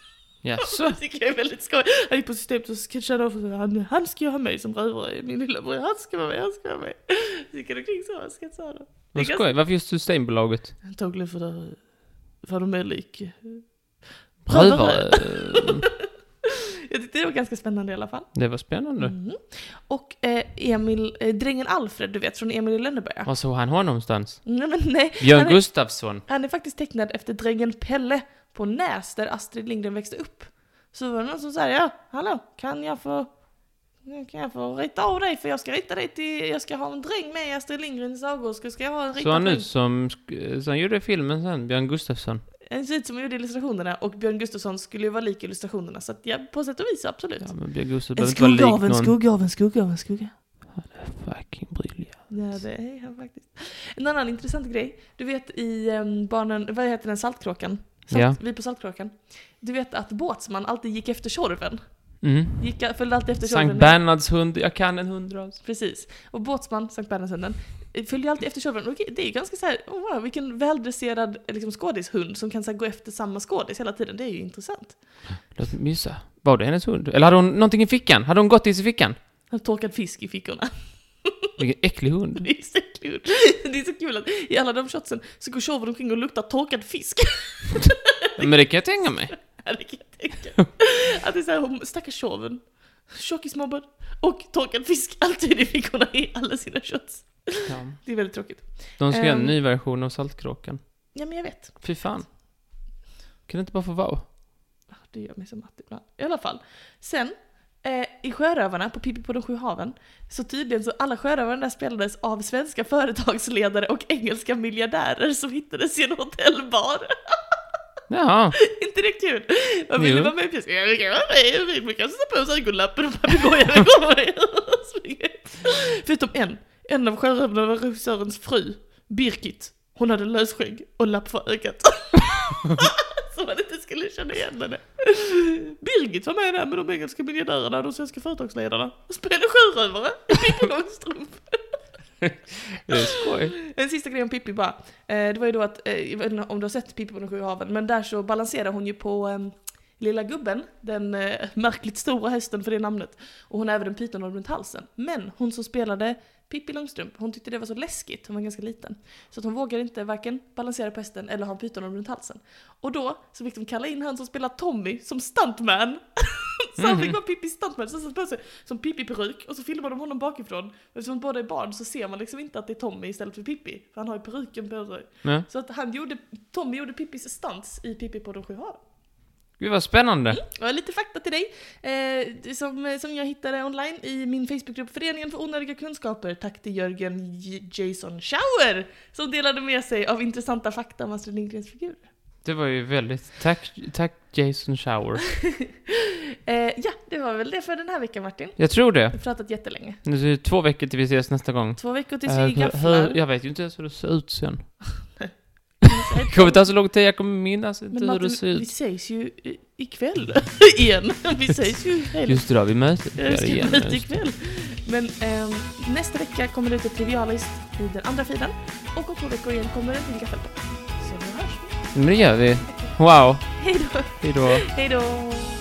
[SPEAKER 2] Jaså?
[SPEAKER 1] Det tycker jag är väldigt skoj. Han gick på systemet och sketchade av och sa, han, han ska ju ha mig som rövare, min lillebror, han ska vara med, han ska vara med. Så gick han omkring så och sketchade av dem. Det är
[SPEAKER 2] Vad
[SPEAKER 1] ganska-
[SPEAKER 2] skoj. Varför just Systembolaget?
[SPEAKER 1] Antagligen för, det, för de är lik.
[SPEAKER 2] Rövare.
[SPEAKER 1] Jag tyckte det var ganska spännande i alla fall.
[SPEAKER 2] eh, Det var spännande.
[SPEAKER 1] Mhm. Och eh, Emil, eh, drängen Alfred, du vet, från Emil i Lönneberga. Mm,
[SPEAKER 2] Var såg han honom någonstans?
[SPEAKER 1] Nej men nej,
[SPEAKER 2] Björn
[SPEAKER 1] Han är-
[SPEAKER 2] Gustafsson.
[SPEAKER 1] han är faktiskt tecknad efter drängen Pelle på Näs där Astrid Lindgren växte upp. Så var det någon som sa ja, hallå, kan jag få kan jag få rita av dig för jag ska rita dig till, jag ska ha en dräng med i Astrid Lindgrens sagor, ska, ska jag ha en
[SPEAKER 2] Såg
[SPEAKER 1] ritad
[SPEAKER 2] han
[SPEAKER 1] dräng?
[SPEAKER 2] ut som... eh, Så han gjorde filmen sen, Björn Gustafsson.
[SPEAKER 1] Han ser ut som han gjorde illustrationerna och Björn Gustafsson skulle ju vara lik illustrationerna så att jag på sätt och vis absolut.
[SPEAKER 2] Ja, men Björn Gustafsson
[SPEAKER 1] en skugga av
[SPEAKER 2] behöver inte vara
[SPEAKER 1] en
[SPEAKER 2] lik någon.
[SPEAKER 1] skugga av en skugga av en skugga.
[SPEAKER 2] Fucking briljant.
[SPEAKER 1] Ja, det är han faktiskt. En annan intressant grej. Du vet i um, barnen, vad heter den, Saltkråkan? Salt,
[SPEAKER 2] Ja.
[SPEAKER 1] Vi på Saltkråkan. Du vet att Båtsman alltid gick efter Tjorven.
[SPEAKER 2] Mm.
[SPEAKER 1] Gick, följde alltid efter Tjorven.
[SPEAKER 2] Sankt Bernhards hund. Jag kan en hundras.
[SPEAKER 1] Precis. Och Båtsman, Sankt Bernhardshunden, eh, följde ju alltid efter Tjorven. Och det är ganska så här, oh, wow, vilken väldresserad eh, liksom, skådishund som kan så här, gå efter samma skådis hela tiden. Det är ju intressant.
[SPEAKER 2] Låt mig gissa. Var det hennes hund? Eller hade hon någonting i fickan? Hade hon gottis i fickan?
[SPEAKER 1] Han har torkad fisk i fickorna.
[SPEAKER 2] Vilken äcklig hund.
[SPEAKER 1] Det är så kul. Det är så kul att i alla de shotsen så går Tjorven omkring och luktar torkad fisk.
[SPEAKER 2] Men det kan jag tänka mig.
[SPEAKER 1] Ja, det kan jag tänka mig. Att det är såhär, stackars tjoven. Tjockismobbad. Och torkad fisk alltid i fickorna i alla sina shots.
[SPEAKER 2] Ja.
[SPEAKER 1] Det är väldigt tråkigt.
[SPEAKER 2] De ska göra en
[SPEAKER 1] Ehm.
[SPEAKER 2] ny version av Saltkråkan.
[SPEAKER 1] Ja men jag vet.
[SPEAKER 2] Fy fan. Kan det inte bara få vara?
[SPEAKER 1] Ah, Det gör mig så matt ibland. I alla fall. Sen, eh, i Sjörövarna på Pippi på de sju haven, så tydligen så alla sjörövarna där spelades av svenska företagsledare och engelska miljardärer som hittades i en hotellbar.
[SPEAKER 2] Jaha.
[SPEAKER 1] inte det kul? Man ville
[SPEAKER 2] Jo.
[SPEAKER 1] vara med i pjäsen. Ja, vi kan vara med. Vi- Vi kan sätta på oss ögonlappen och papegojor kommer och springer. Förutom en. En av sjörövarna var rosörens fru, Birgit. Hon hade lösskägg och lapp för ögat. Så man inte skulle känna igen henne. Birgit var med där med de engelska miljardärerna och de svenska företagsledarna. Och spelade sjörövare i Pippi Långstrump.
[SPEAKER 2] Det är skoj.
[SPEAKER 1] En sista grej om Pippi bara. Eh, det var ju då att, eh, jag vet inte om du har sett Pippi på de sju haven, men där så balanserar hon ju på ehm, lilla gubben, den eh, märkligt stora hästen för det namnet. Och hon har även en pyton runt halsen. Men hon som spelade Pippi Långstrump, hon tyckte det var så läskigt, hon var ganska liten. Så att hon vågade inte varken balansera på hästen eller ha en pyton runt halsen. Och då så fick de kalla in han som spelar Tommy som stuntman. Så han fick vara Pippis stuntman, så han satt på sig som Pippi-peruk och så filmade de honom bakifrån. Och eftersom de båda är barn så ser man liksom inte att det är Tommy istället för Pippi, för han har ju peruken på sig.
[SPEAKER 2] Ja.
[SPEAKER 1] Så att han gjorde, Tommy gjorde Pippis stunts i Pippi på de sju haven.
[SPEAKER 2] Gud vad spännande.
[SPEAKER 1] Och jag har lite fakta till dig, eh, som, som jag hittade online i min Facebookgrupp Föreningen för onödiga kunskaper. Tack till Jörgen J- Jason Schauer som delade med sig av intressanta fakta om Astrid Lindgrens figur.
[SPEAKER 2] Det var ju väldigt... Tack, tack Jason Shower.
[SPEAKER 1] Eh, ja, det var väl det för den här veckan Martin.
[SPEAKER 2] Jag tror det.
[SPEAKER 1] Vi har pratat jättelänge.
[SPEAKER 2] Nu är det två veckor till vi ses nästa gång.
[SPEAKER 1] Två veckor tills
[SPEAKER 2] Eh,
[SPEAKER 1] vi gafflar.
[SPEAKER 2] hur- jag vet ju inte ens hur det ser ut sen. Det kommer ta så lång tid, jag kommer minnas inte
[SPEAKER 1] Men
[SPEAKER 2] hur det ser
[SPEAKER 1] Martin, vi
[SPEAKER 2] ut.
[SPEAKER 1] ses ju i- ikväll igen. Vi ses ju ikväll.
[SPEAKER 2] Just det, då har vi mötet
[SPEAKER 1] Jag
[SPEAKER 2] där
[SPEAKER 1] ska
[SPEAKER 2] igen.
[SPEAKER 1] ut ikväll. Men ehm, nästa vecka kommer det lite trivialist i den andra filen. Och om två veckor igen kommer det till Gaffelpodd. Så vi hörs.
[SPEAKER 2] Men det gör vi. Wow.
[SPEAKER 1] Hej då!
[SPEAKER 2] Hejdå.
[SPEAKER 1] Hej då!